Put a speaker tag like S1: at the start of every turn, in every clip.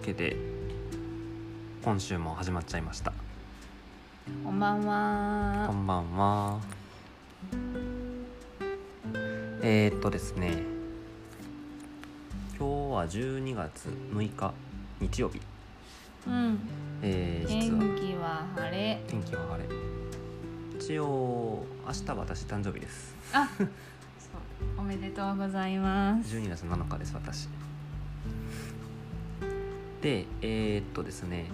S1: けで今週も始まっちゃいました
S2: こんばん
S1: こ
S2: は。
S1: んばんはえー、っとですね今日は12月6日日曜日
S2: うん。
S1: えー、
S2: 天
S1: 実は
S2: 気は晴れ。
S1: 天気は晴れ一応明日私誕生日です
S2: あ、そう。おめでとうございます。
S1: 12月7日です私でえー、っとですね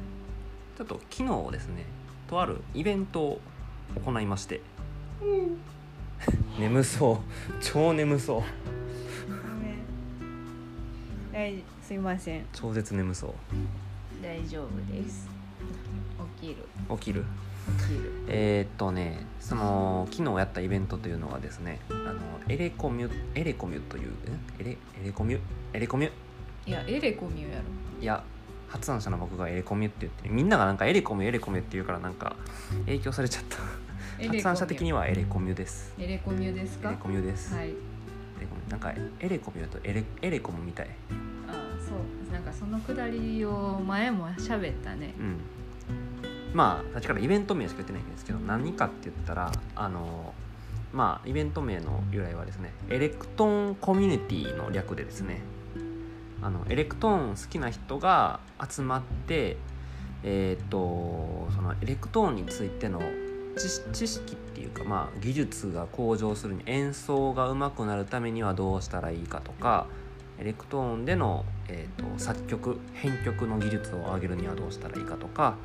S1: ちょっと昨日ですねとあるイベントを行いまして、眠そう超眠そう
S2: 大すいません。
S1: 超絶眠そ
S2: 大丈夫です。起きる。
S1: う起きる
S2: 起きる。
S1: えー、っとねその昨日やったイベントというのがですねあのエレコミュエレコミュというんエレエレコミュエレコミュ
S2: いや、エレコミュやろ。
S1: いや発案者の僕がエレコミュって言ってみんながなんかエレコミュエレコミュって言うからなんか影響されちゃった発案者的に
S2: は。
S1: はエレコミュです。
S2: エレコミュです
S1: エ
S2: か。
S1: レコミュです。
S2: は
S1: エ
S2: い。
S1: レコミュなんかエレコミュだとエレエレコムみたい。
S2: あ、そう。なんかそのくだりを前も喋ったね。
S1: うん。まあ確からイベント名しか言ってないんですけど何かって言ったらあのまあイベント名の由来はですねエレクトーンコミュニティの略でですねあのエレクトーン好きな人が集まってえーっとそのエレクトーンについての知識知識っていうか、まあ、技術が向上するに演奏が上手くなるためにはどうしたらいいかとかエレクトーンでの、えー、と作曲編曲の技術を上げるにはどうしたらいいかとか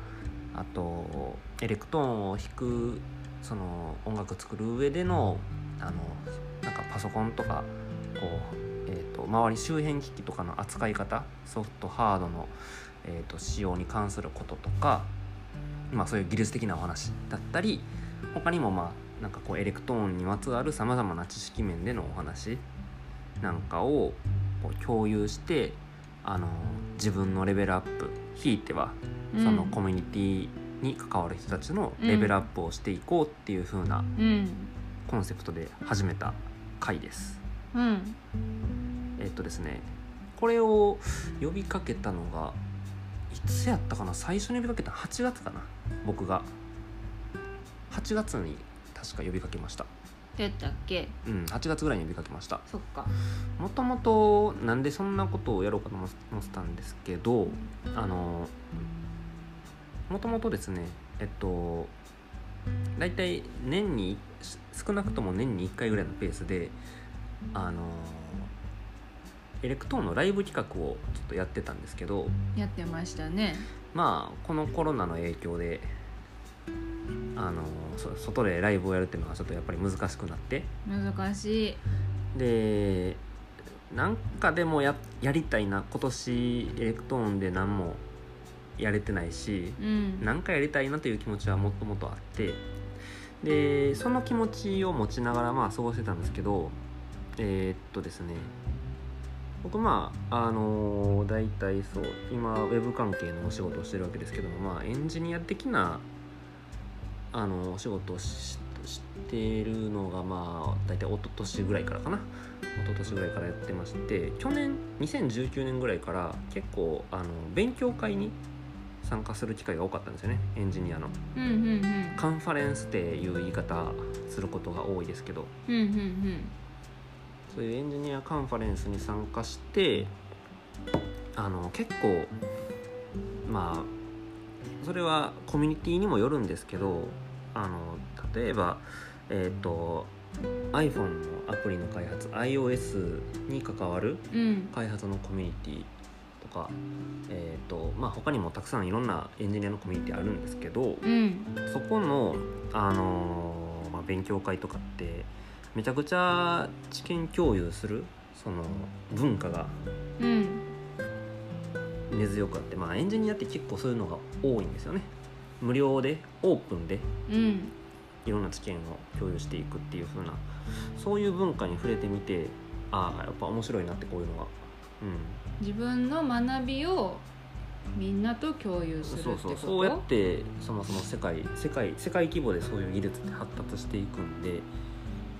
S1: あとエレクトーンを弾くその音楽作る上でのあのなんかパソコンとかこう、えー、と周り周辺機器とかの扱い方ソフトハードの、えー、と使用に関することとか、まあ、そういう技術的なお話だったり他にもまあなんかこうエレクトーンにまつわるさまざまな知識面でのお話なんかをこう共有してあの自分のレベルアップひいては
S2: うん
S1: そのコミュニティに関わる人たちのレベルアップをしていこうっていう風な
S2: うん。
S1: コンセプトで始めた回です。
S2: うん。
S1: えっとですねこれを呼びかけたのがいつやったかな最初に呼びかけたの8月かな僕が8月に確か呼びかけました
S2: 出たっけ。
S1: うん8月ぐらいに呼びかけました
S2: そっか。
S1: もともとなんでそんなことをやろうかと思ってたんですけどあのもともとですねえっと大体年にし少なくとも年に1回ぐらいのペースであのエレクトーンのライブ企画をちょっとやってたんですけど
S2: やってましたね。
S1: まあこのコロナの影響であのそ外でライブをやるっていうのがちょっとやっぱり難しくなって
S2: 難しい。
S1: でなんかでもややりたいな今年エレクトーンで何もやれてないし
S2: うん。
S1: なんかやりたいなという気持ちはもっともとあってでその気持ちを持ちながらまあ過ごしてたんですけどえーっとですね僕まああの大体そう今ウェブ関係のお仕事をしてるわけですけどもまあエンジニア的なあのお仕事をししてるのがまあ大体一昨年ぐらいからかな一昨年ぐらいからやってまして去年2019年ぐらいから結構あの勉強会に参加する機会が多かったんですよねエンジニアの
S2: うんうん
S1: カンファレンスっていう言い方することが多いですけど
S2: うんうんうん
S1: そういうエンジニアカンファレンスに参加してあの結構まあそれはコミュニティにもよるんですけどあの例えばえっ、と iPhone のアプリの開発 iOS に関わる
S2: うんうん
S1: 開発のコミュニティとか、えーとまあ、他にもたくさんいろんなエンジニアのコミュニティあるんですけど
S2: うん
S1: そこの、あのーまあ、勉強会とかってめちゃくちゃ知見共有するその文化が
S2: うん
S1: 根強くあって、まあ、エンジニアって結構そういうのが多いんですよね。無料でオープンで
S2: うん
S1: いろんな知見を共有していくっていう風なそういう文化に触れてみてああやっぱ面白いなってこういうのは。うん
S2: 自分の学びをみんなと共有するって
S1: そ
S2: こ
S1: う
S2: と
S1: そうそうやってそもそも世界世界世界規模でそういう技術って発達していくんで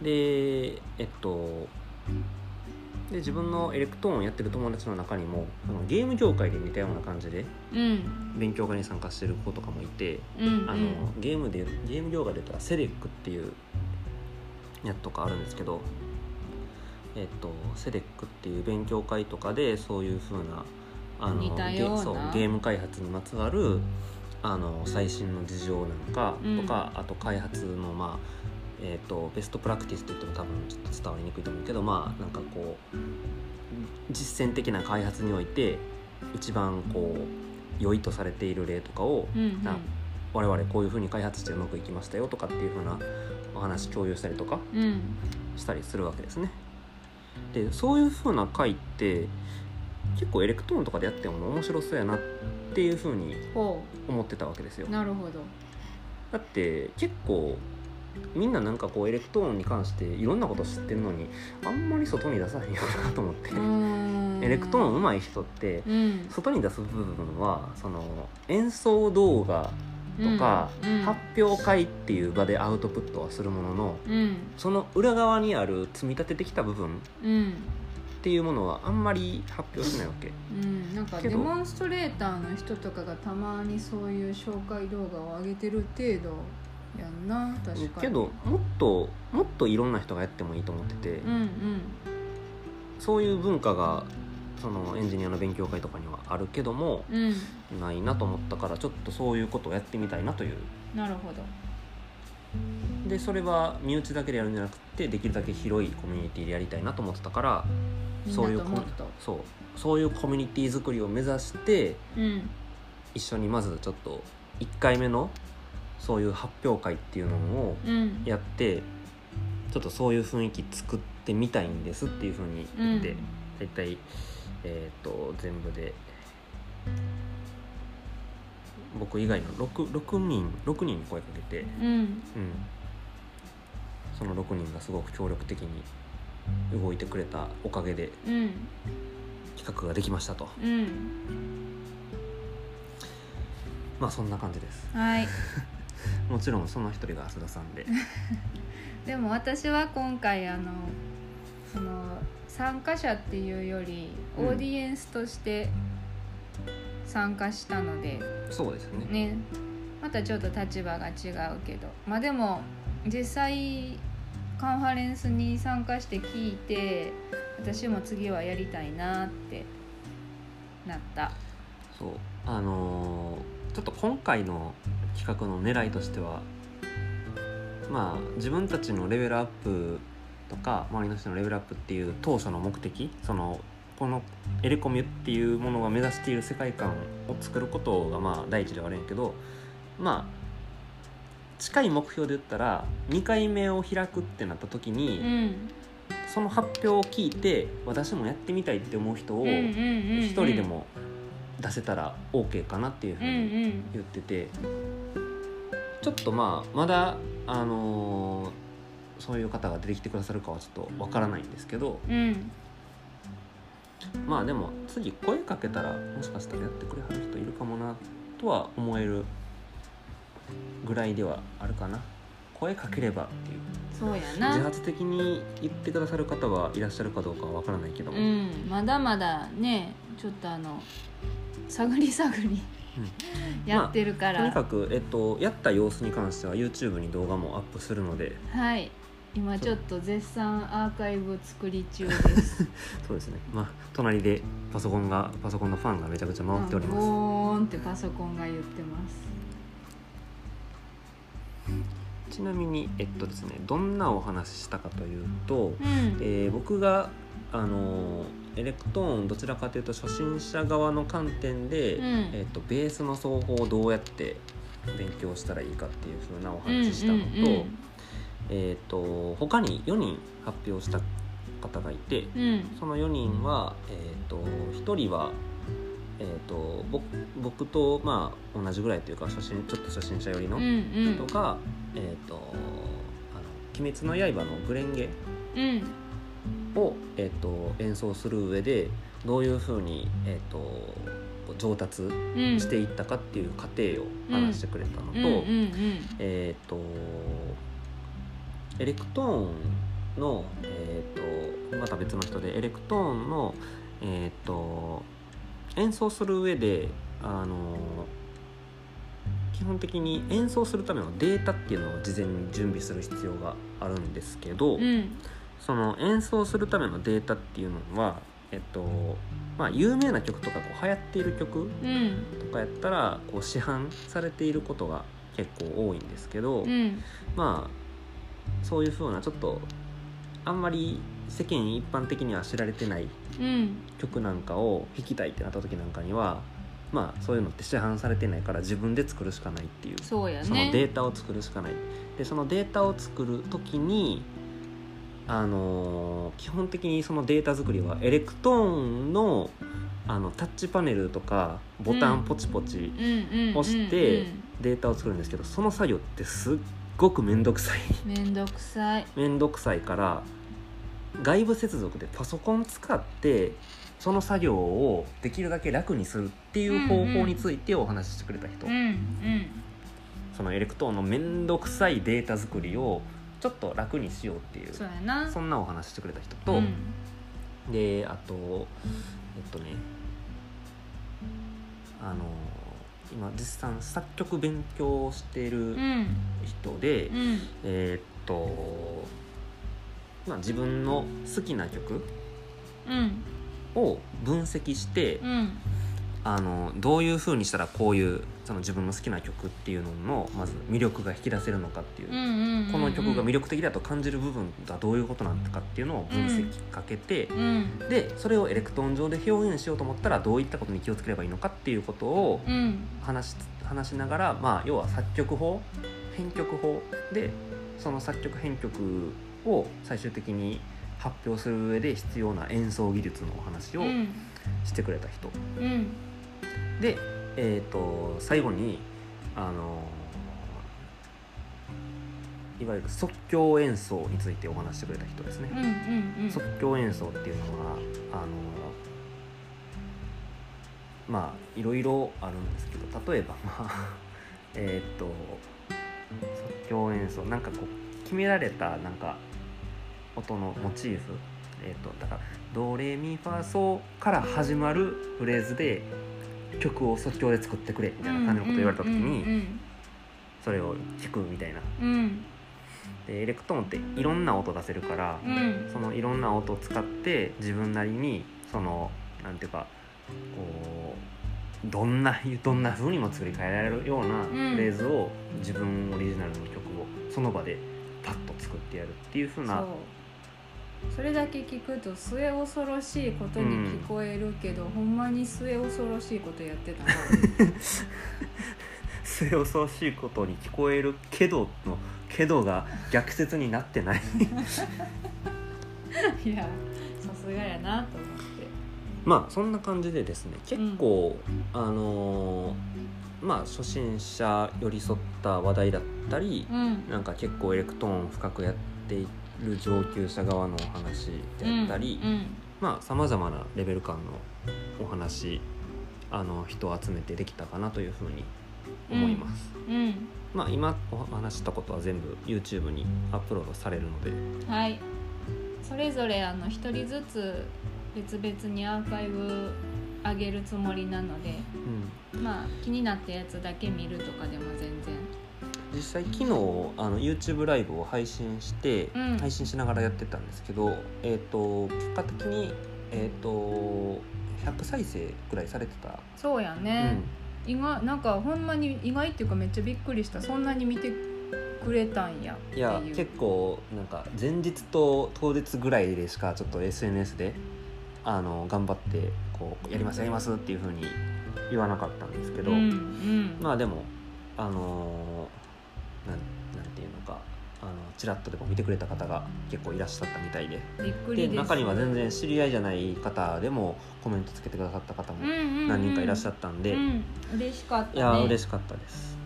S1: でえっとで自分のエレクトーンをやってる友達の中にもそのゲーム業界で似たような感じで
S2: うん
S1: 勉強会に参加してる子とかもいて
S2: うん
S1: あのゲームでゲーム業界で言ったらセレックっていうやつとかあるんですけど、えっと、セレックっていう勉強会とかでそういう風なあの
S2: 似たような
S1: ゲそうゲーム開発にまつわるあの最新の事情なのか
S2: うん
S1: とか、あと開発のまあえっとベストプラクティスって言っても多分ちょっと伝わりにくいと思うけどまあなんかこう実践的な開発において一番こう良いとされている例とかを
S2: うんうん
S1: な我々こういう風に開発してうまくいきましたよとかっていう風なお話共有したりとか
S2: うん
S1: したりするわけですね。でそういう風な回って結構エレクトーンとかでやっても面白そうやなっていう風に
S2: ほ
S1: 思ってたわけですよ
S2: う。なるほど
S1: だって結構みんななんかこうエレクトーンに関していろんなこと知ってるのにあんまり外に出さへんよなと思って、エ
S2: エ
S1: レクトーン上手い人って
S2: うん
S1: 外に出す部分はその演奏動画とか、
S2: うんうん
S1: 発表会っていう場でアウトプットはするものの
S2: うん
S1: その裏側にある積み立ててきた部分
S2: うん
S1: っていうものはあんまり発表しないわけ
S2: うん、なんか
S1: け
S2: デ
S1: ど
S2: モンストレーターの人とかがたまにそういう紹介動画を上げてる程度やんな確かに
S1: けどもっともっといろんな人がやってもいいと思ってて、
S2: うんうん
S1: そういう文化がそのエンジニアの勉強会とかにはあるけども
S2: うん
S1: ないなと思ったからちょっとそういうことをやってみたいなという
S2: なるほど
S1: でそれは身内だけでやるんじゃなくてできるだけ広いコミュニティでやりたいなと思ってたからそう
S2: み
S1: い
S2: ん
S1: う
S2: なと
S1: コ
S2: も
S1: ミ
S2: っと
S1: そうそういうコミュニティ作りを目指して
S2: うん
S1: 一緒にまずちょっと1回目のそういう発表会っていうのを
S2: うん
S1: やってちょっとそういう雰囲気作ってみたいんですっていうふうに言って、
S2: うん
S1: 大体、えー、と全部で僕以外の 6, 6人6人に声かけて、
S2: うん
S1: うん、その6人がすごく協力的に動いてくれたおかげで
S2: うん
S1: 企画ができましたと
S2: うん
S1: まあそんな感じです
S2: はい
S1: もちろんその一人が浅田さん で
S2: でも私は今回あのその参加者っていうよりオ
S1: うん
S2: ーディエンスとして参加したので、
S1: そうですね
S2: ねまたちょっと立場が違うけどまあでも実際カンファレンスに参加して聞いて私も次はやりたいなってなった
S1: そうあのーちょっと今回の企画の狙いとしてはまあ自分たちのレベルアップとか周りの人のレベルアップっていう当初の目的そのこのエレコミュっていうものが目指している世界観を作ることがまあ第一ではあるんやけどまあ近い目標で言ったら2回目を開くってなった時
S2: う
S1: に、
S2: ん
S1: その発表を聞いて私もやってみたいって思う人を
S2: うんうんうんうん
S1: 一人でも出せたら OK かなっていうふう
S2: うんう
S1: に
S2: ん
S1: 言っててちょっとまあまだあのーそういう方が出てきてくださるかはちょっとわからないんですけど
S2: うん
S1: まあでも次声かけたらもしかしたらやってくれはる人いるかもなとは思えるぐらいではあるかな声かければっていう
S2: そうや
S1: 自
S2: な
S1: 発的に言ってくださる方はいらっしゃるかどうかはわからないけど
S2: う
S1: も。
S2: んまだまだねちょっとあの探り探りやってるから、
S1: とにかく、えっと、やった様子に関しては YouTube に動画もアップするので
S2: はい今ちょっと絶賛アーカイブ作り中です
S1: そうですねまあ隣でパソコンがパソコンのファンがめちゃくちゃ回っております
S2: ボーンってパソコンが言ってます。
S1: ちなみにえっとですねどんなお話ししたかというと、
S2: うん。
S1: えー僕があのーエレクトーンどちらかというと初心者側の観点で、
S2: うん
S1: えっと、ベースの奏法をどうやって勉強したらいいかっていうふうなお話ししたのと,、えっと他に4人発表した方がいて、
S2: うんうん
S1: その4人は、えー、と1人は、えー、とぼ僕と、まあ、同じぐらいというか初心ちょっと初心者寄りの
S2: うん
S1: 人
S2: うん
S1: が「えー、とあの鬼滅の刃」のグレンゲ
S2: うん
S1: を、えー、と演奏する上でどういうふうに、えー、と上達
S2: うん
S1: していったかっていう過程を話してくれたのと,、
S2: うんうんうん
S1: えー、とエレクトーンの、えー、とまた別の人でエレクトーンの、えー、と演奏する上であの基本的に演奏するためのデータっていうのを事前に準備する必要があるんですけど、
S2: うん
S1: その演奏するためのデータっていうのは、えっとまあ、有名な曲とかこう流行っている曲
S2: うん
S1: とかやったらこう市販されていることが結構多いんですけど、
S2: うん
S1: まあそういうふうなちょっとあんまり世間一般的には知られてない
S2: うん
S1: 曲なんかを弾きたいってなった時なんかにはまあそういうのって市販されてないから自分で作るしかないっていう
S2: そうやね
S1: そのデータを作るしかないでそのデータを作る時にあのー基本的にそのデータ作りはエレクトーンのあのタッチパネルとかボタ
S2: うん
S1: ンポチポチ
S2: うんうんうん
S1: 押して
S2: うん
S1: データを作るんですけど、その作業ってすっごく面倒くさい
S2: めんどくさい
S1: 面倒くさいから外部接続でパソコン使ってその作業をできるだけ楽にするっていう方法についてお話ししてくれた人、
S2: うんうん
S1: そのエレクトーンの面倒くさいデータ作りをちょっと楽にしようっていう
S2: そうやな
S1: そんなお話してくれた人と、
S2: うん
S1: であとえっとねあの今実際作曲勉強をしている
S2: うん
S1: 人で、
S2: うん
S1: えーっと、まあ、自分の好きな曲
S2: うん
S1: を分析して、
S2: うん
S1: あのどういう風にしたらこういうその自分の好きな曲っていうののまず魅力が引き出せるのかっていう
S2: うんうんうん
S1: この曲が魅力的だと感じる部分がどういうことなのかっていうのを分析かけて、
S2: うん
S1: でそれをエレクトーン上で表現しようと思ったらどういったことに気をつければいいのかっていうことを
S2: うん
S1: 話し話しながら、まあ、要は作曲法編曲法でその作曲編曲を最終的に発表する上で必要な演奏技術のお話を
S2: うん
S1: してくれた人、
S2: うん
S1: で、えー、と最後にあのいわゆる即興演奏についてお話してくれた人ですね。
S2: うんうん
S1: 即興演奏っていうのはあのまあいろいろあるんですけど例えばまあ えーっと即興演奏なんかこう決められたなんか音のモチーフえーっとだから「ドレミファソ」から始まるフレーズで曲を即興で作ってくれみたいな感じのこと言われた時にそれを弾くみたいな。
S2: うんうん
S1: でエレクトーンっていろんな音出せるから、
S2: うんうん
S1: そのいろんな音を使って自分なりにそのなんていうかこうどんなどんな風にも作り変えられるようなフレーズを自分オリジナルの曲をその場でパッと作ってやるっていう風
S2: そ
S1: な
S2: うそれだけ聞くと末恐ろしいことに聞こえるけど、ほんまに末恐ろしいことやってたな
S1: 末恐ろしいことに聞こえるけどのけどが逆説になってない
S2: いやさすがやなと思って
S1: まあそんな感じでですね結構、あのーまあ初心者寄り添った話題だったり、
S2: うん
S1: なんか結構エレクトーン深くやっている上級者側のお話であったり、
S2: うん
S1: まあさまざまなレベル感のお話あの人を集めてできたかなというふうに思います、
S2: うん、
S1: まあ今お話ししたことは全部 YouTube にアップロードされるので
S2: うんはいそれぞれあの一人ずつ別々にアーカイブ上げるつもりなので
S1: うん
S2: まあ気になったやつだけ見るとかでも全然
S1: 実際昨日あの YouTube ライブを配信して、
S2: うん
S1: 配信しながらやってたんですけど、えっと結果的に、えっと100再生くらいされてた、
S2: そうや
S1: う
S2: ね
S1: ん、
S2: 意外なんかほんまに意外っていうかめっちゃびっくりしたそんなに見てくれたんやって
S1: い
S2: いう
S1: や結構なんか前日と当日ぐらいでしかちょっと SNS であの頑張ってこうやりますやりますっていう風に言わなかったんですけど、
S2: うんうん
S1: まあでもあのーなんなんていうのかあのチラッとでも見てくれた方が結構いらっしゃったみたいで
S2: びっくり
S1: で
S2: です
S1: 中には全然知り合いじゃない方でもコメントつけてくださった方も何人かいらっしゃ
S2: っ
S1: ったんで、
S2: うん嬉しかったね
S1: いや嬉しかったです。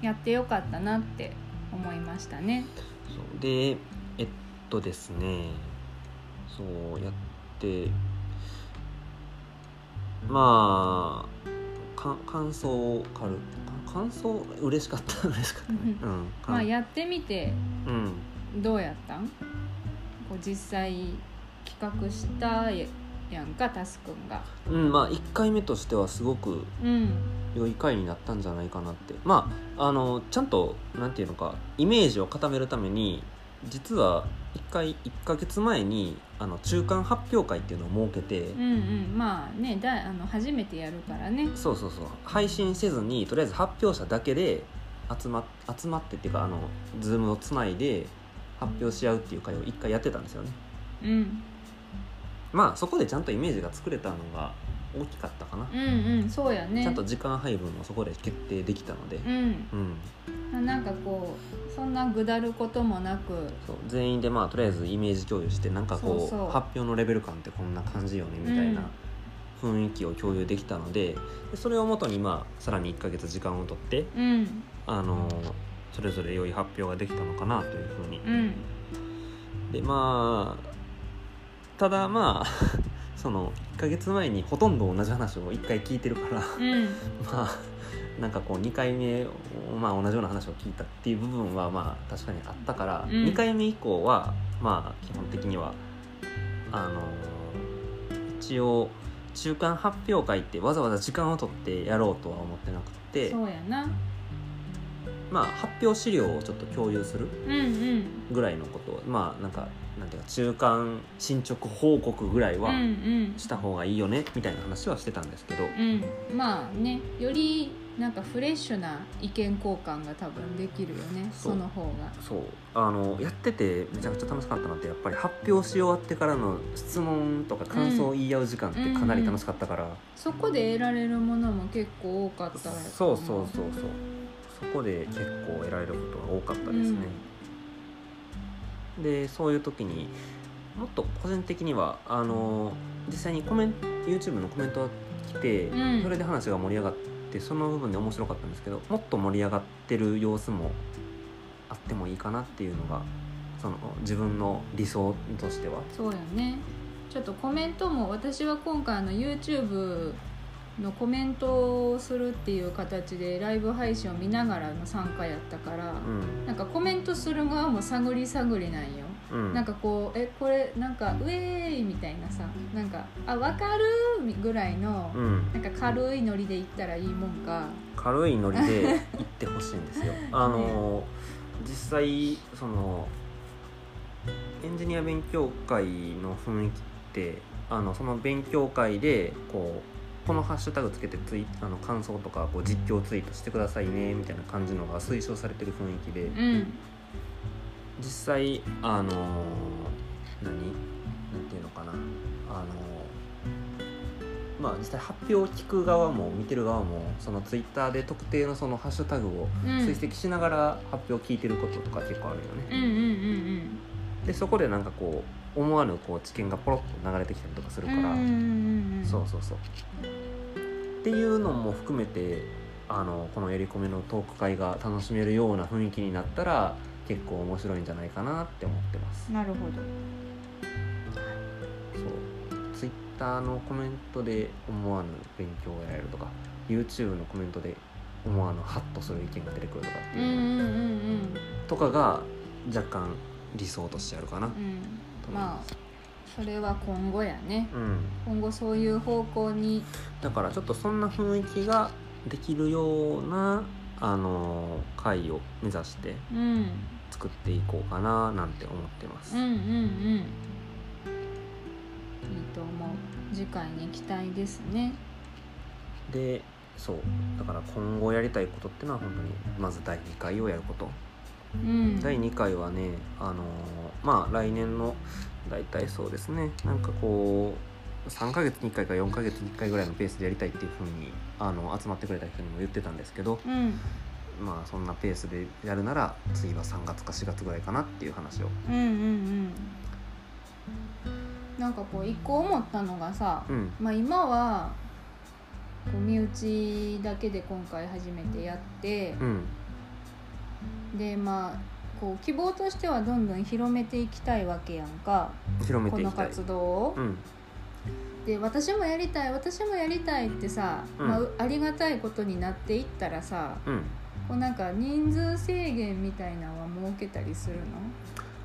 S2: やってよかったなって思いましたね
S1: そうでえっとですねそうやってまあか感想を軽くか感想嬉しかった 嬉しかったね、うん
S2: まあ
S1: か
S2: やってみて
S1: うん
S2: どうやったんこう実際企画したやんかタスくんが。
S1: うんまあ1回目としてはすごく
S2: うん
S1: 良い回になったんじゃないかなってまああのちゃんとなんていうのかイメージを固めるために実は1回1ヶ月前にあの中間発表会っていうのを設けて、
S2: うんうんまあねだあの初めてやるからね。
S1: そうそうそう配信せずにとりあえず発表者だけで集ま集まってっていうかあのズームをつないで発表し合うっていう会を1回やってたんですよね
S2: うん
S1: まあそこでちゃんとイメージが作れたのが大きかったかな、
S2: うんうんそうやね。
S1: ちゃんと時間配分もそこで決定できたので、
S2: うん
S1: うん、
S2: まあなんかこうそんなぐだることもなく
S1: そう全員でまあとりあえずイメージ共有してなんかこう
S2: そうそう
S1: 発表のレベル感ってこんな感じよねみたいな雰囲気を共有できたのででそれをもとにまあさらに1ヶ月時間をとって、
S2: うん
S1: あのそれぞれ良い発表ができたのかなというふうに、
S2: うん
S1: でまあただまあ その1ヶ月前にほとんど同じ話を1回聞いてるから
S2: うん
S1: まあなんかこう2回目、まあ、同じような話を聞いたっていう部分はまあ確かにあったから、
S2: うん
S1: 2回目以降はまあ基本的にはあのー一応中間発表会ってわざわざ時間を取ってやろうとは思ってなくて
S2: そうやな
S1: まあ発表資料をちょっと共有する
S2: うんうん
S1: ぐらいのことをまあなんかなんていうか中間進捗報告ぐらいは
S2: うんうん
S1: した方がいいよねみたいな話はしてたんですけど、
S2: うんまあねよりなんかフレッシュな意見交換が多分できるよね
S1: そう
S2: その方が
S1: そうあのやっててめちゃくちゃ楽しかったのってやっぱり発表し終わってからの質問とか感想を言い合う時間ってかなり楽しかったから、
S2: そこで得られるものも結構多かったわよ
S1: そうそうそうそうそこで結構得られることが多かったですね、でそういう時にもっと個人的にはあの実際にコメン YouTube のコメントが来て、
S2: うん
S1: それで話が盛り上がってその部分で面白かったんですけどもっと盛り上がってる様子もあってもいいかなっていうのがその自分の理想としては
S2: そうやねちょっとコメントも私は今回あの YouTube のコメントをするっていう形でライブ配信を見ながらの参加やったから、
S1: うん
S2: なんかコメントする側も探り探りなんよ
S1: うん
S2: なんかこう「えこれなんかウェーイ!」みたいなさなんか「あわかる!」ぐらいの
S1: うん
S2: なんか軽いノリで行ったらいいもんか
S1: 軽いノリで行ってほしいんですよあの実際そのエンジニア勉強会の雰囲気ってあのその勉強会でこうこのハッシュタグつけてツイあの感想とかこう実況ツイートしてくださいねみたいな感じのが推奨されてる雰囲気で
S2: うん
S1: 実際あの何なんていうのかなあのまあ実際発表を聞く側も見てる側もそのツイッターで特定のそのハッシュタグを
S2: うん
S1: 追跡しながら発表を聞いてることとか結構あるよ
S2: うん
S1: ね、
S2: うんうん
S1: でそこでなんかこう思わぬこう知見がポロッと流れてきたりとかする
S2: うんう
S1: か
S2: んうん
S1: ら、
S2: うんうん
S1: そうそうそうっていうのも含めてあのこのやり込みのトーク会が楽しめるような雰囲気になったら結構面白いんじゃないかなって思ってます
S2: なるほど
S1: そうツイッターのコメントで思わぬ勉強が得られるとか YouTube のコメントで思わぬハッとする意見が出てくるとかって
S2: う
S1: い
S2: ん
S1: うう、
S2: んうん
S1: とかが若干理想としてあるかな
S2: うんうんまあそれは今後やね
S1: うん、
S2: 今後そういう方向に
S1: だからちょっとそんな雰囲気ができるようなあの回を目指して
S2: うん
S1: 作っていこうかななんて思ってます、
S2: うんうんうんいいと思う次回に期待ですね
S1: でそうだから今後やりたいことってのは本当にまず第2回をやること、
S2: うん
S1: 第2回はねあのまあ来年の大体そうですねなんかこう3ヶ月に1回か4ヶ月に1回ぐらいのペースでやりたいっていうふうにあの集まってくれた人にも言ってたんですけど、
S2: うん
S1: まあそんなペースでやるなら次は3月か4月ぐらいかなっていう話を
S2: うんうんうんなんかこう一個思ったのがさ、
S1: うん
S2: まあ、今はこう身内だけで今回初めてやって
S1: う、ん
S2: でまあこう希望としてはどんどん広めていきたいわけやんか
S1: 広め
S2: こ
S1: てい
S2: の
S1: きたい
S2: 活動を
S1: う、ん
S2: で私もやりたい私もやりたいってさ、
S1: うん
S2: まあ、うありがたいことになっていったらさ
S1: うん
S2: こうなんか人数制限みたいなのは設けたりするの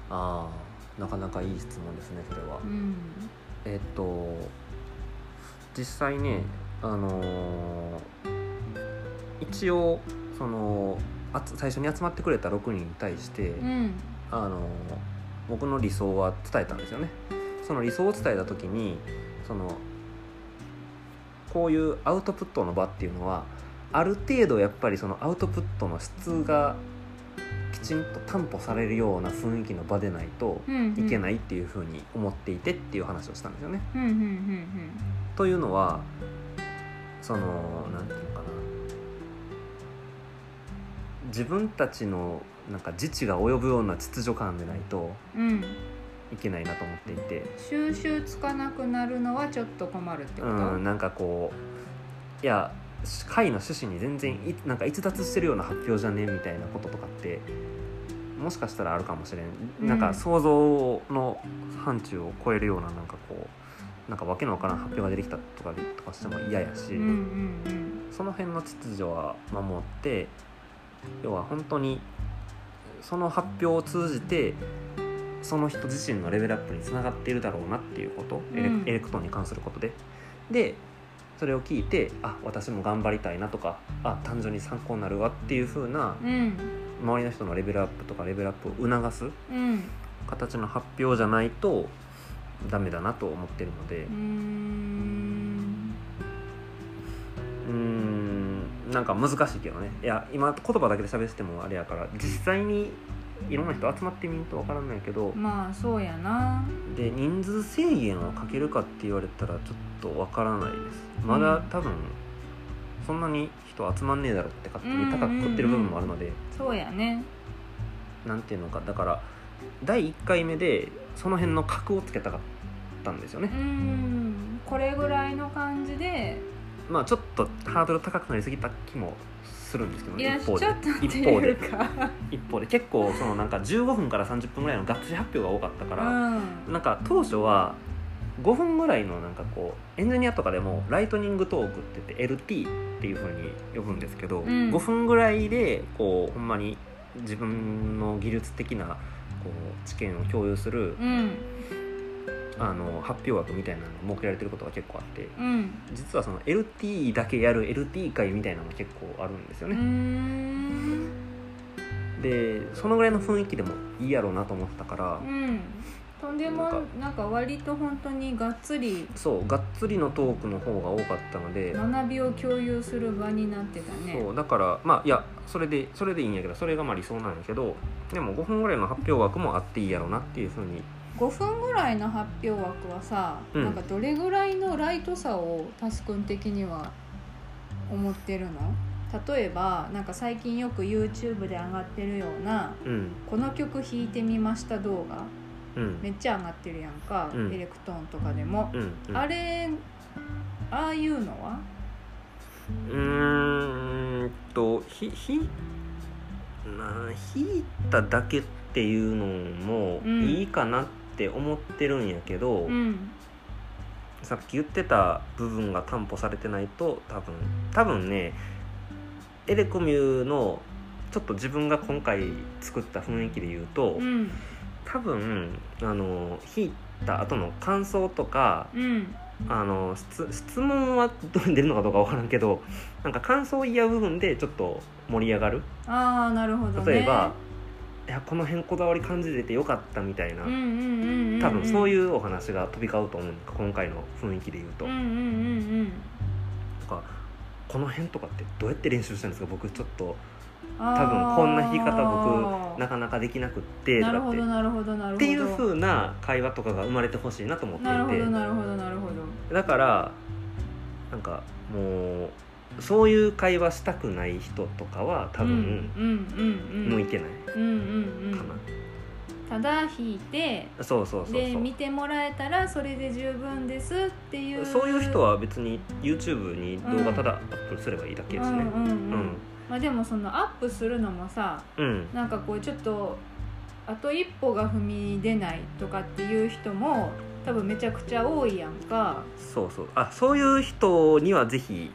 S1: ああなかなかいい質問ですねそれは、
S2: うん
S1: えっと実際ねあのー一応そのあつ最初に集まってくれた6人に対して、
S2: うん
S1: あの僕の理想は伝えたんですよねその理想を伝えた時にそのこういうアウトプットの場っていうのはある程度やっぱりそのアウトプットの質がきちんと担保されるような雰囲気の場でないと
S2: うん
S1: いけ
S2: い
S1: ないっていうふうに思っていてっていう話をしたんですよね。
S2: うんうんうん
S1: というのはそのなんていうのかな自分たちのなんか自治が及ぶような秩序感でないと
S2: うんうん
S1: いけないなと思っていて
S2: 収集つかなくなるのはちょっと困るって
S1: う
S2: こと、
S1: んなんかこういや会の趣旨に全然いなんか逸脱してるような発表じゃねみたいなこととかってもしかしたらあるかもしれん、
S2: うん
S1: なんか想像の範疇を超えるようななんかこうなんかわけのわからん発表が出てきたとかでとかしても嫌やし、
S2: うんうん
S1: その辺の秩序は守って要は本当にその発表を通じてその人自身のレベルアップにつながっているだろうなっていうこと、エレ
S2: うん
S1: エレクトーンに関することででそれを聞いてあ私も頑張りたいなとかあ単純に参考になるわっていう風な
S2: うんうん
S1: 周りの人のレベルアップとかレベルアップを促す
S2: うん
S1: 形の発表じゃないとダメだなと思ってるので
S2: うーん
S1: うーんなんか難しいけどねいや今言葉だけで喋ってもあれやから実際にいろんな人集まってみんとわからんないけど
S2: まあそうやな
S1: で人数制限をかけるかって言われたらちょっとわからないですま
S2: う
S1: だ
S2: ん
S1: 多分そんなに人集まんねえだろって勝手に高く食ってる部分もあるので
S2: そうやね
S1: なんていうのかだから第1回目でその辺の格をつけたかったんですよね
S2: うーんこれぐらいの感じで
S1: まあちょっとハードル高くなりすぎた気もするんですけど
S2: い
S1: ね
S2: や
S1: 一
S2: ちょ
S1: 方
S2: っ
S1: で
S2: とって
S1: 一方
S2: い
S1: で
S2: うか
S1: 一方で結構そのなんか15分から30分ぐらいのがっつり発表が多かったか
S2: う
S1: ら、
S2: ん
S1: なんか当初は5分ぐらいのなんかこうエンジニアとかでもライトニングトークって言って LT っていう風に呼ぶんですけど、
S2: うん
S1: 5分ぐらいでこうほんまに自分の技術的なこう知見を共有する、
S2: うん
S1: あの発表枠みたいなのが設けられてることが結構あって
S2: うん
S1: 実はその LT だけやる LT 会みたいなのも結構あるんですよ
S2: うー
S1: ね。
S2: ん
S1: でそのぐらいの雰囲気でもいいやろうなと思ってたから
S2: う、んとんでも
S1: なん
S2: なんか割と本当にがっつり
S1: そうがっつりのトークの方が多かったので、
S2: 学びを共有する場になってたね
S1: そうだからまあいやそれでそれでいいんやけどそれがまあ理想なんやけどでも5分ぐらいの発表枠もあっていいやろうなっていうふうに
S2: 5分ぐらいの発表枠はさ、
S1: うん
S2: なんかどれぐらいのライトさをタス君的には思ってるの例えばなんか最近よく YouTube で上がってるような
S1: うん
S2: 「この曲弾いてみました」動画
S1: うん
S2: めっちゃ上がってるやんか、
S1: うん
S2: エレクトーンとかでも
S1: う、んうん
S2: あれああいうのは
S1: うーんとひひな引いただけっていうのも
S2: うん
S1: いいかなって思ってるんやけど、
S2: うん
S1: さっき言ってた部分が担保されてないと多分多分ねエレコミューのちょっと自分が今回作った雰囲気で言うと、
S2: うん
S1: 多分あの弾いた後の感想とか
S2: うん
S1: あの質質問はどれに出るのかどうか分からんけどなんか感想を言い合う部分でちょっと盛り上がる
S2: ああなるほどね
S1: 例えば、いやこの辺こだわり感じれてよかったみたいな、
S2: うんうんうんうんうん
S1: 多分そういううお話が飛び交うと思う今回の雰囲気で言うと。
S2: うんうんうん
S1: とかこの辺とかってどうやって練習したんですか僕ちょっと
S2: うん
S1: 多分こんな弾き方
S2: あー
S1: 僕なかなかできなくってと
S2: なる
S1: かっ
S2: ほ
S1: て
S2: ど
S1: っ
S2: なるほどなるほど
S1: ていう風な会話とかが生まれてほしいなと思って
S2: なるほ
S1: い
S2: ど
S1: て
S2: なるほどなるほど
S1: だからなんかもうそういう会話したくない人とかは多分
S2: うんうんうん
S1: 向いてない
S2: うんうんう
S1: かな、
S2: んただ弾いて
S1: そうそうそう
S2: で
S1: そ
S2: 見
S1: う
S2: てもらえたらそれで十分ですっていう
S1: そういう人は別に YouTube に動画ただアップすればいいだけですね
S2: うんうんうん
S1: うん
S2: まあでもそのアップするのもさ
S1: うん
S2: なんかこうちょっとあと一歩が踏み出ないとかっていう人も多分めちゃくちゃ多いやんか
S1: そうそうあそういう人にはぜひ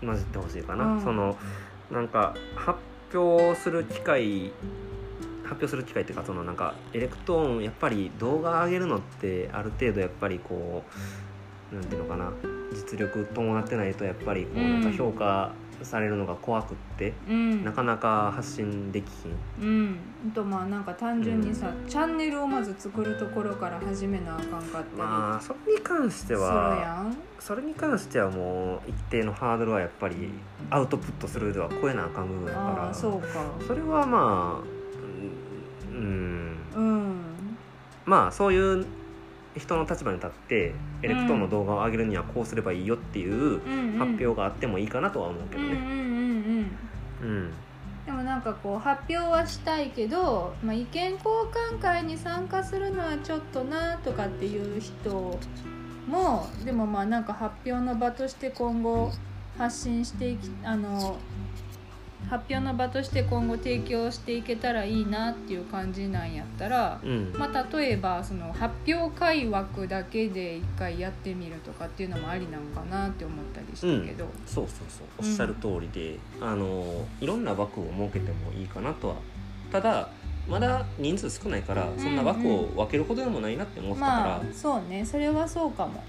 S1: 混じってほしいかな、
S2: うん
S1: そのなんか発表する機会発発表する機会っていうかそのなんかエレクトーンやっぱり動画上げるのってある程度やっぱりこうなんていうのかな実力伴ってないとやっぱりこう
S2: うん
S1: なんか評価されるのが怖くって、
S2: うん
S1: なかなか発信できひん
S2: うんあとまあなんか単純にさ、チャンネルをまず作るところから始めなあかんかった
S1: まあそれに関して
S2: りする
S1: は
S2: やん
S1: それに関してはもう一定のハードルはやっぱりアウトプットするでは超えなあかん部分やか
S2: ああ
S1: ら
S2: そうか
S1: それはまあうんうん
S2: うん
S1: まあそういう人の立場に立ってエレクトーンの動画を上げるにはこうすればいいよっていう
S2: うんうん
S1: 発表があってもいいかなとは思うけ
S2: うん
S1: ど
S2: うんうん
S1: ね。
S2: うん
S1: うん
S2: でもなんかこう発表はしたいけど、まあ、意見交換会に参加するのはちょっとなとかっていう人もでもまあなんか発表の場として今後発信していきあの発表の場として今後提供していけたらいいなっていう感じなんやったら、
S1: うん
S2: まあ、例えばその発表会枠だけで一回やってみるとかっていうのもありなんかなって思ったりしたけど。
S1: そうそうそうおっしゃる通りで、あのいろんな枠を設けてもいいかなとはただまだ人数少ないからそんな枠を分けるほどでもないなって思ってたから、
S2: まあそうねそれはそうかも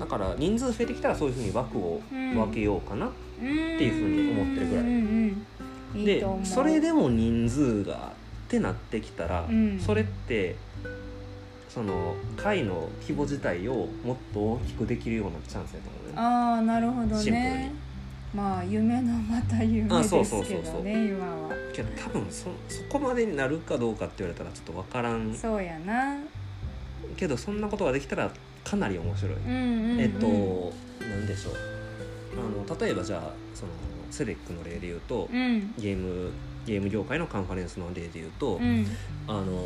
S1: だから人数増えてきたらそういうふうに枠を分けようかな、
S2: って
S1: ていうふうに思ってるぐらい
S2: いい
S1: で
S2: と思う
S1: それでも人数がってなってきたら、
S2: うん
S1: それってその会の規模自体をもっと大きくできるようなチャンスやと思うね。
S2: ああなるほど
S1: シンプル
S2: ね
S1: に
S2: まあ夢のまた夢
S1: あ
S2: です
S1: そうそう
S2: け
S1: そうそ
S2: ど
S1: う
S2: ね今は
S1: けど多分そそこまでになるかどうかって言われたらちょっと分からん
S2: そうやな
S1: けどそんなことができたらかなり面白い。
S2: うんうん、うん、
S1: えっと何でしょうあの例えばじゃあそのセレックの例で言うと、
S2: うん
S1: ゲームゲーム業界のカンファレンスの例で言うと、
S2: うん
S1: あの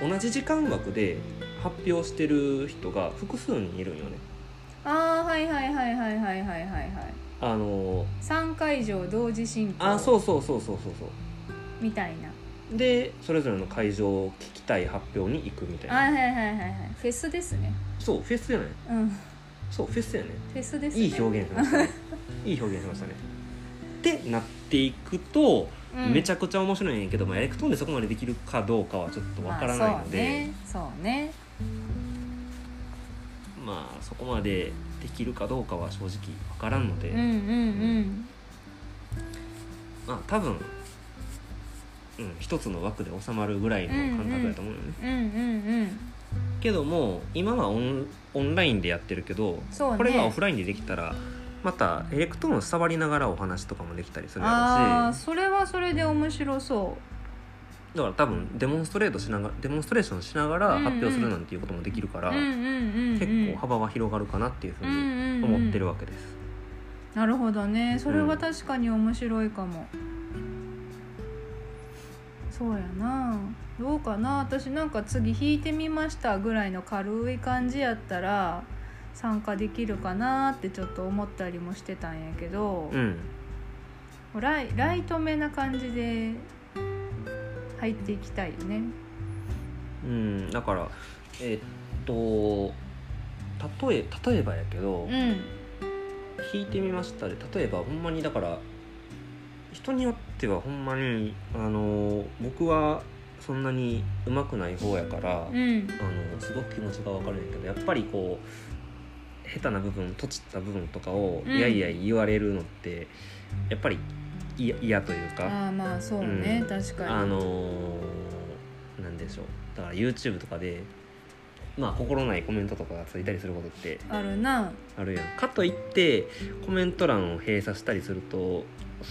S1: 同じ時間枠で発表してる人が複数人いるんよね。
S2: ああはいはいはいはいはいはいはいはい
S1: あの
S2: 3会場同時進
S1: あそう
S2: 行
S1: うそうそうそうそうそ
S2: みたいな
S1: うでそれぞれの会場を聞きたい発表に行くみたい
S2: あは
S1: ない
S2: はいはいはいはいフェスですね
S1: そうフェスじゃない
S2: うんフ
S1: そうフェスやね
S2: ェスですね
S1: いい表現しました ねいい表現しましたねってなっていくと、
S2: うん
S1: めちゃくちゃ面白いんやけどもエレクトーンでそこまでできるかどうかはちょっとわからないので、
S2: まあそうねそうね
S1: まあそこまでできるかどうかは正直わからんので、
S2: うんうんうん
S1: まあ多分、うん、一つの枠で収まるぐらいの感覚だと思うよね、
S2: うんうんうん
S1: けども今はオンオンラインでやってるけど、
S2: そうね
S1: これがオフラインでできたらまたエレクトーンを触りながらお話とかもできたりする
S2: あ
S1: やろ
S2: あ
S1: うし
S2: それはそれで面白そ
S1: だから多分デモンストレートしながらデモンストレーションしながら
S2: うんうん
S1: 発表するなんていうこともできるか
S2: う
S1: ら、
S2: うんうんうんうん
S1: 結構幅は広がるかなっていうふうに思ってる
S2: わ
S1: わけです、
S2: なるほどねそれは確かに面白いかも、そうやなどうかな私なんか次弾いてみましたぐらいの軽い感じやったら参加できるかなってちょっと思ったりもしてたんやけど
S1: う、ん
S2: ライライトめな感じで入っていきたいよね
S1: うん、だからえっと例え例えばやけど、
S2: うん
S1: 弾いてみましたで例えばほんまにだから人によってはほんまにあの僕はそんなに上手くない方やから、あ
S2: うん
S1: のすごく気持ちが分かるんやけどやっぱりこう下手な部分とちった部分とかを、
S2: うん
S1: いやいや言われるのってやっぱりいや嫌というか
S2: ああまあそうね、
S1: うん
S2: 確かに
S1: あのなんでしょうだから YouTube とかでまあ心ないコメントとかがついたりすることって
S2: あるな
S1: あるやんかといってコメント欄を閉鎖したりすると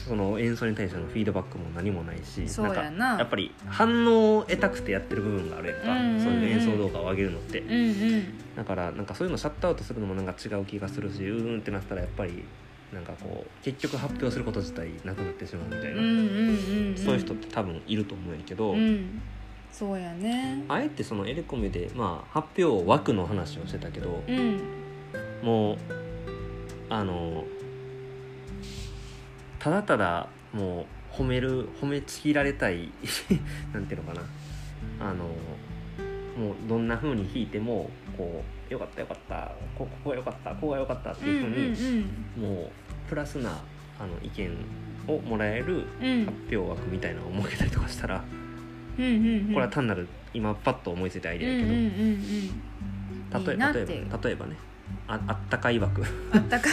S1: その演奏に対してのフィードバックも何もないし
S2: そうやなん
S1: かやっぱり反応を得たくてやってる部分があるやんか、
S2: うんうんうん
S1: そういう演奏動画を上げるのって、
S2: うんうん
S1: だからなんかそういうのシャットアウトするのもなんか違う気がするしうーんってなったらやっぱりなんかこう結局発表すること自体なくなってしまうみたい
S2: うん
S1: な、
S2: うんうんん
S1: そういう人って多分いると思うんやけど、
S2: うんそうやね
S1: あえてそのエレコミで、まあ、発表枠の話をしてたけど、
S2: うん
S1: もうあのただただもう褒める褒めちぎられたい なんていうのかなあのもうどんな風に弾いてもこうよかったよかったこここがよかったここがよかったって
S2: う
S1: い
S2: ん
S1: うう風に、
S2: ん
S1: もうプラスなあの意見をもらえる
S2: うんうん
S1: 発表枠みたいなのを設けたりとかしたら
S2: うんうんう
S1: こ
S2: ん
S1: れは単なる今パッと思いついたアイデアやけど、
S2: うんうんうんうん、
S1: 例
S2: い
S1: え
S2: いなっ
S1: ば
S2: て
S1: 例えば例えばねああったかい枠
S2: あったか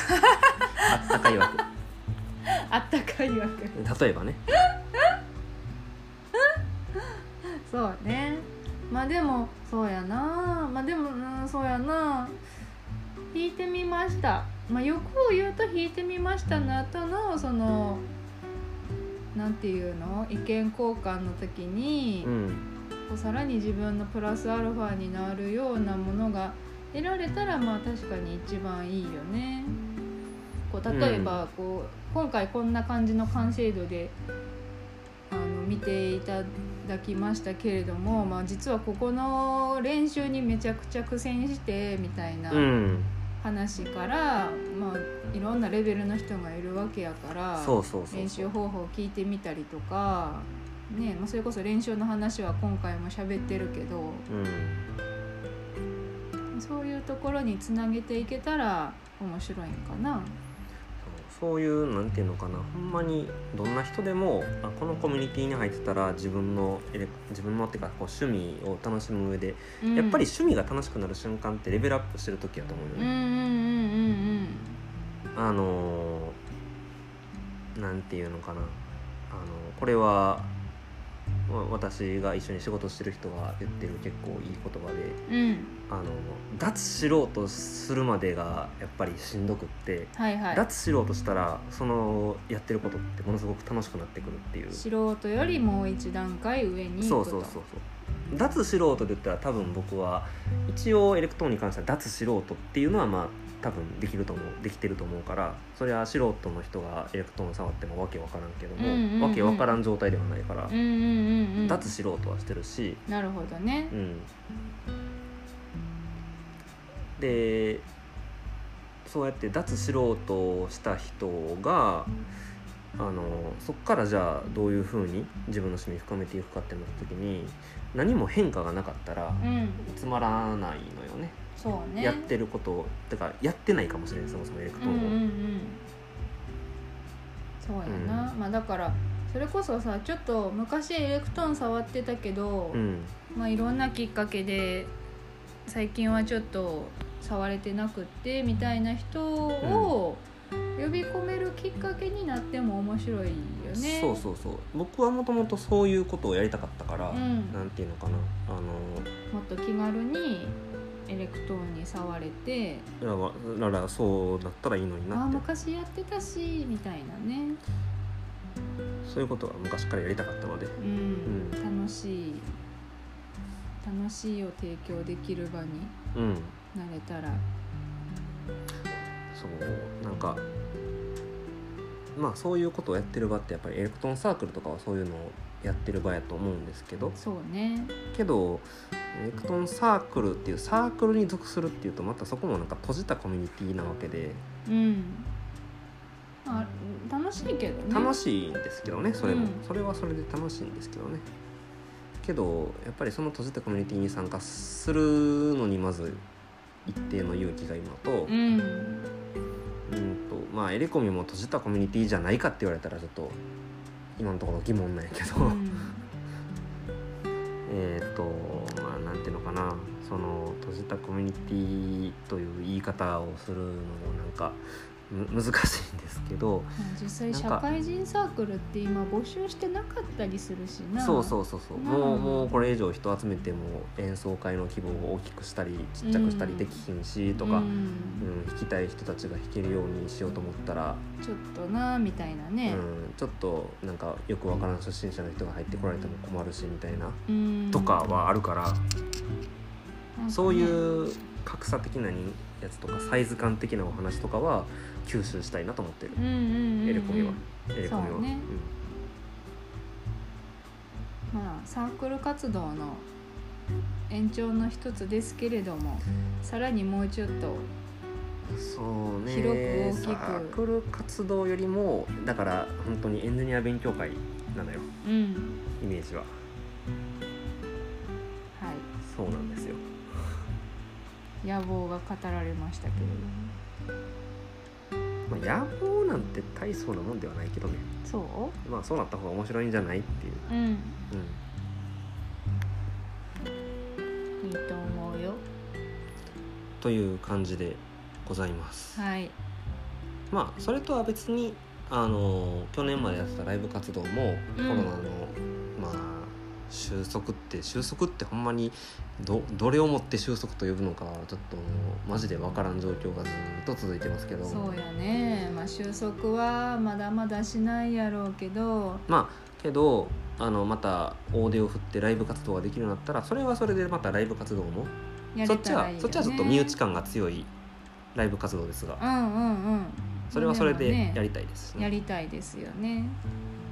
S1: あったかい枠
S2: あったかいわけ
S1: 例えばね
S2: そうねまあでもそうやなまあでもうんそうやな引いてみましたまあ欲を言うと引いてみましたの後のそのなんていうの意見交換の時に、
S1: うん
S2: こうさらに自分のプラスアルファになるようなものが得られたらまあ確かに一番いいよね。こう例えばこう、今回こんな感じの完成度であの見ていただきましたけれども、まあ、実はここの練習にめちゃくちゃ苦戦してみたいな
S1: うん
S2: 話から、まあ、いろんなレベルの人がいるわけやから。
S1: そうそうそう
S2: 練習方法を聞いてみたりとか、ねまあ、それこそ練習の話は今回も喋ってるけど
S1: うん
S2: そういうところにつなげていけたら面白いんかな。
S1: そうそういうなんていうのかなほんまにどんな人でもあこのコミュニティに入ってたら自分のエレ自分のっていうかこう趣味を楽しむ上で、やっぱり趣味が楽しくなる瞬間ってレベルアップしてる時やと思うよ
S2: うんうん
S1: ね、
S2: うんうんうん
S1: あのーなんていうのかなあのこれはわ私が一緒に仕事してる人が言ってる結構いい言葉で
S2: うん
S1: あの脱しろうとするまでがやっぱりしんどくって
S2: はいはい
S1: 脱しようとしたらそのやってることってものすごく楽しくなってくるっていうそう
S2: 素人よりもう一段階上に
S1: そう
S2: 行く
S1: そ
S2: と
S1: うそう脱素人で言ったら多分僕は一応エレクトーンに関しては脱素人っていうのはまあ多分できると思うできてると思うからそれは素人の人がエレクトーン触ってもわけわからんけども、
S2: うんうんうん
S1: わけわからん状態ではないから、
S2: うんうんうんうん
S1: 脱素人はしてるし、
S2: なるほどね
S1: うん、でそうやって脱素人をした人があのそこからじゃあどういうふうに自分の趣味深めていくかってなった時に何も変化がなかったら
S2: うん
S1: つまらないのよね
S2: そうね
S1: やってることだからやってないかもしれないそもそもエレクトー
S2: うんうんう
S1: ンを。
S2: んそうやな、まあだからそれこそさちょっと昔エレクトーン触ってたけど、
S1: うん
S2: まあいろんなきっかけで最近はちょっと触れてなくってみたいな人を呼び込めるきっかけになっても面白いよね。
S1: そうそうそう僕はもともとそういうことをやりたかったから、
S2: ん
S1: なんていうのかなあの
S2: もっと気軽にエレクトーンに触れて
S1: いやわだからそうだったらいいのに
S2: あ
S1: な
S2: あ
S1: って
S2: 昔やってたしみたいなね、
S1: そういうことは昔からやりたかったので、
S2: うん
S1: う
S2: 楽しい楽しいを提供できる場に
S1: うん、
S2: なれたら
S1: そうなんかまあそういうことをやってる場ってやっぱりエレクトーンサークルとかはそういうのをやってる場やと思うんですけど
S2: そうね
S1: けどエレクトーンサークルっていうサークルに属するっていうとまたそこもなんか閉じたコミュニティなわけで
S2: うんまあ楽しいけどね
S1: 楽しいんですけどねそれも、
S2: うん
S1: それはそれで楽しいんですけどねけどやっぱりその閉じたコミュニティに参加するのにまず一定の勇気が今と、
S2: う
S1: うん
S2: ん
S1: とまあエレコミも閉じたコミュニティじゃないかって言われたらちょっと今のところ疑問なんやけど、
S2: うん
S1: えっとまあなんていうのかなその閉じたコミュニティという言い方をするのもなんかむ難しいんですけど
S2: まあ実際
S1: なん
S2: 社
S1: か
S2: 会人サークルって今募集してなかったりするしな
S1: そうそううそうそう
S2: うん
S1: もうもうこれ以上人集めても演奏会の規模を大きくしたりちっちゃくしたりできひんしとか、うん
S2: ん
S1: 弾きたい人たちが弾けるようにしようと思ったら
S2: ちょっとなみたいなね
S1: うん、ちょっとなんかよくわからん初心者の人が入ってこられても困るしみたいな、
S2: うん
S1: とかはあるから、
S2: なんかね
S1: そういう格差的なやつとかサイズ感的なお話とかは吸収したいなと思ってる
S2: う、んうんうん
S1: エレコミはエレコミ
S2: そ
S1: は、
S2: うねまあサークル活動の延長の一つですけれどもさらにもうちょっと
S1: うんそうね
S2: 広く大きく
S1: サークル活動よりもだから本当にエンジニア勉強会なのよ
S2: うん
S1: イメージは
S2: はい
S1: そうなんですよ
S2: 野望が語られましたけれども
S1: まあ野望なんて大層なもんではないけどね
S2: そう
S1: まあそうなった方が面白いんじゃないっていう
S2: うん
S1: うん
S2: いいと思うよ
S1: という感じでございます、
S2: はい
S1: まあそれとは別にあの去年までやってたライブ活動も、
S2: うん
S1: コロナのまあ収束って収束ってほんまにどどれをもって収束と呼ぶのかはちょっともうマジで分からん状況がずっと続いてますけど
S2: そうやねまあ収束はまだまだしないやろうけど
S1: まあけどあのまた大手を振ってライブ活動ができるようになったらそれはそれでまたライブ活動も
S2: や
S1: そ
S2: れ
S1: っち
S2: たら
S1: はい
S2: いよ、ね、
S1: そっちはちょっと身内感が強いライブ活動ですが、
S2: うんうんうん
S1: それはそれ
S2: まあも
S1: で
S2: ね
S1: やりたいです、
S2: やりたいですよね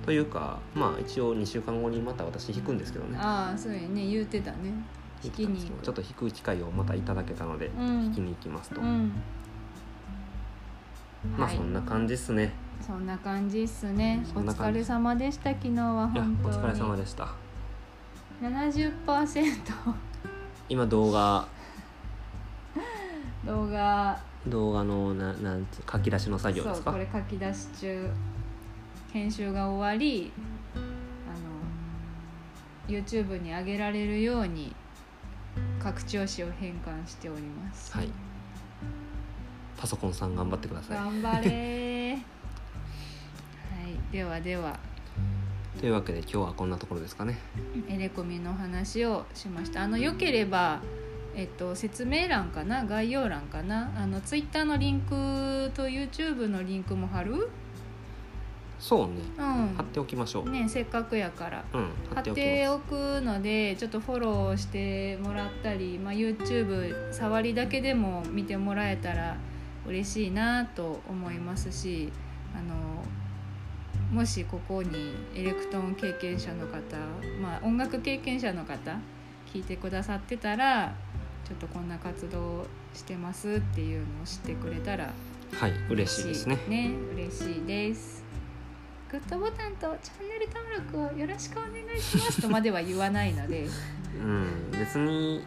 S1: というかまあ一応2週間後にまた私弾くんですけどね
S2: ああそうやね言うてたね弾きに行く
S1: ちょっと弾く機会をまたいただけたので、
S2: う
S1: 弾
S2: ん
S1: きに行きますと、
S2: うん
S1: まあ
S2: はい
S1: そんな感じですね、
S2: そんな感じっすねお
S1: そんな
S2: 疲
S1: 感じ、
S2: れ様でした昨日はい
S1: や
S2: 本当
S1: お
S2: に
S1: 疲れ様でした
S2: 70%
S1: 今動画
S2: 動画
S1: 動画のななんて書き出しの作業です
S2: そうこ
S1: か
S2: れ書き出し中編集が終わりあの YouTube に上げられるように拡張子を変換しております、
S1: はいパソコンさん頑張ってくださ
S2: 頑張れーはいではではい
S1: というわけで今日はこんなところですかね
S2: エレコミの話をしましたあのよければ、えっと、説明欄かな概要欄かなあの Twitter のリンクと YouTube のリンクも貼る
S1: そうね貼っ
S2: う
S1: ておきましょう、
S2: んねせっかくやから
S1: うん貼
S2: 貼
S1: っ
S2: って
S1: おき
S2: て
S1: ま
S2: おくのでちょっとフォローしてもらったり、まあ、YouTube 触りだけでも見てもらえたら嬉しいなと思いますしあのもしここにエレクトーン経験者の方、まあ、音楽経験者の方聞いてくださってたらちょっとこんな活動してますっていうのを知ってくれたら
S1: すはい嬉しいですね
S2: ね嬉しいですグッドボタンとチャンネル登録をよろしくお願いしますとまでは言わな いので
S1: うん別に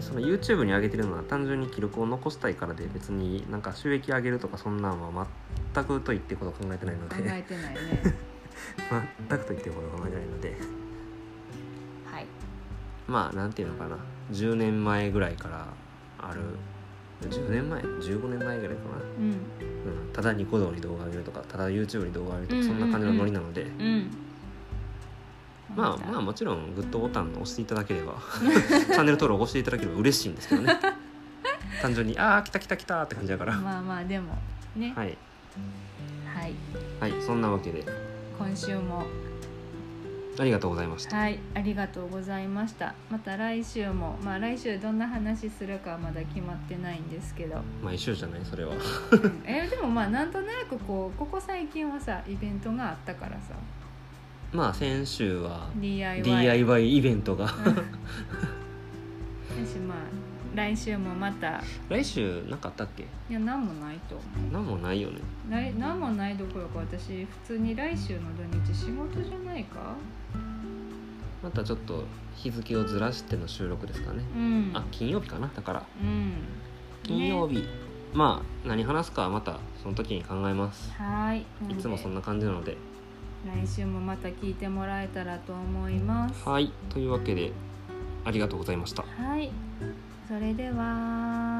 S1: その YouTube に上げてるのは単純に記録を残したいからで別になんか収益上げるとかそんなんは全くと言ってことは考えてないの
S2: 考
S1: で
S2: えてないね
S1: 全くと言ってことは考えてないので
S2: はい
S1: まあなんていうのかな10年前ぐらいからある10年前15年前ぐらいかな、
S2: うん
S1: うん、ただニコ動に動画を上げるとかただ YouTube に動画を上げると
S2: う
S1: か
S2: ん
S1: そんな感じのノリなので、
S2: うん
S1: まあまあもちろんグッドボタンを押していただければ チャンネル登録を押していただければ嬉しいんですけど ね単純にああ来た来た来たって感じだから、
S2: まあまあでもね
S1: はい、
S2: はい
S1: はい、そんなわけで
S2: 今週も
S1: ありがとうございました。
S2: はいありがとうございましたまた来週もまあ来週どんな話するかはまだ決まってないんですけど、
S1: 毎週じゃないそれは。
S2: うんえでもまあなんとなくこうここ最近はさイベントがあったからさ
S1: まあ先週は
S2: DIY,
S1: DIY イベントが
S2: よしまあ来週もまた
S1: 来週なかったっけ？
S2: いや何もないと思
S1: なんもないよね。
S2: うない何もないどころか私普通に来週の土日仕事じゃないか
S1: またちょっと日付をずらしての収録ですかね。
S2: うん
S1: あ金曜日かなだから
S2: うん
S1: 金曜
S2: ね
S1: 日、まあ何話すかはまたその時に考えます。
S2: はーい
S1: いつもそん
S2: な
S1: な感じなので。
S2: んで来週もまた聞いてもらえたらと思います
S1: はいというわけでありがとうございました。
S2: はいそれでは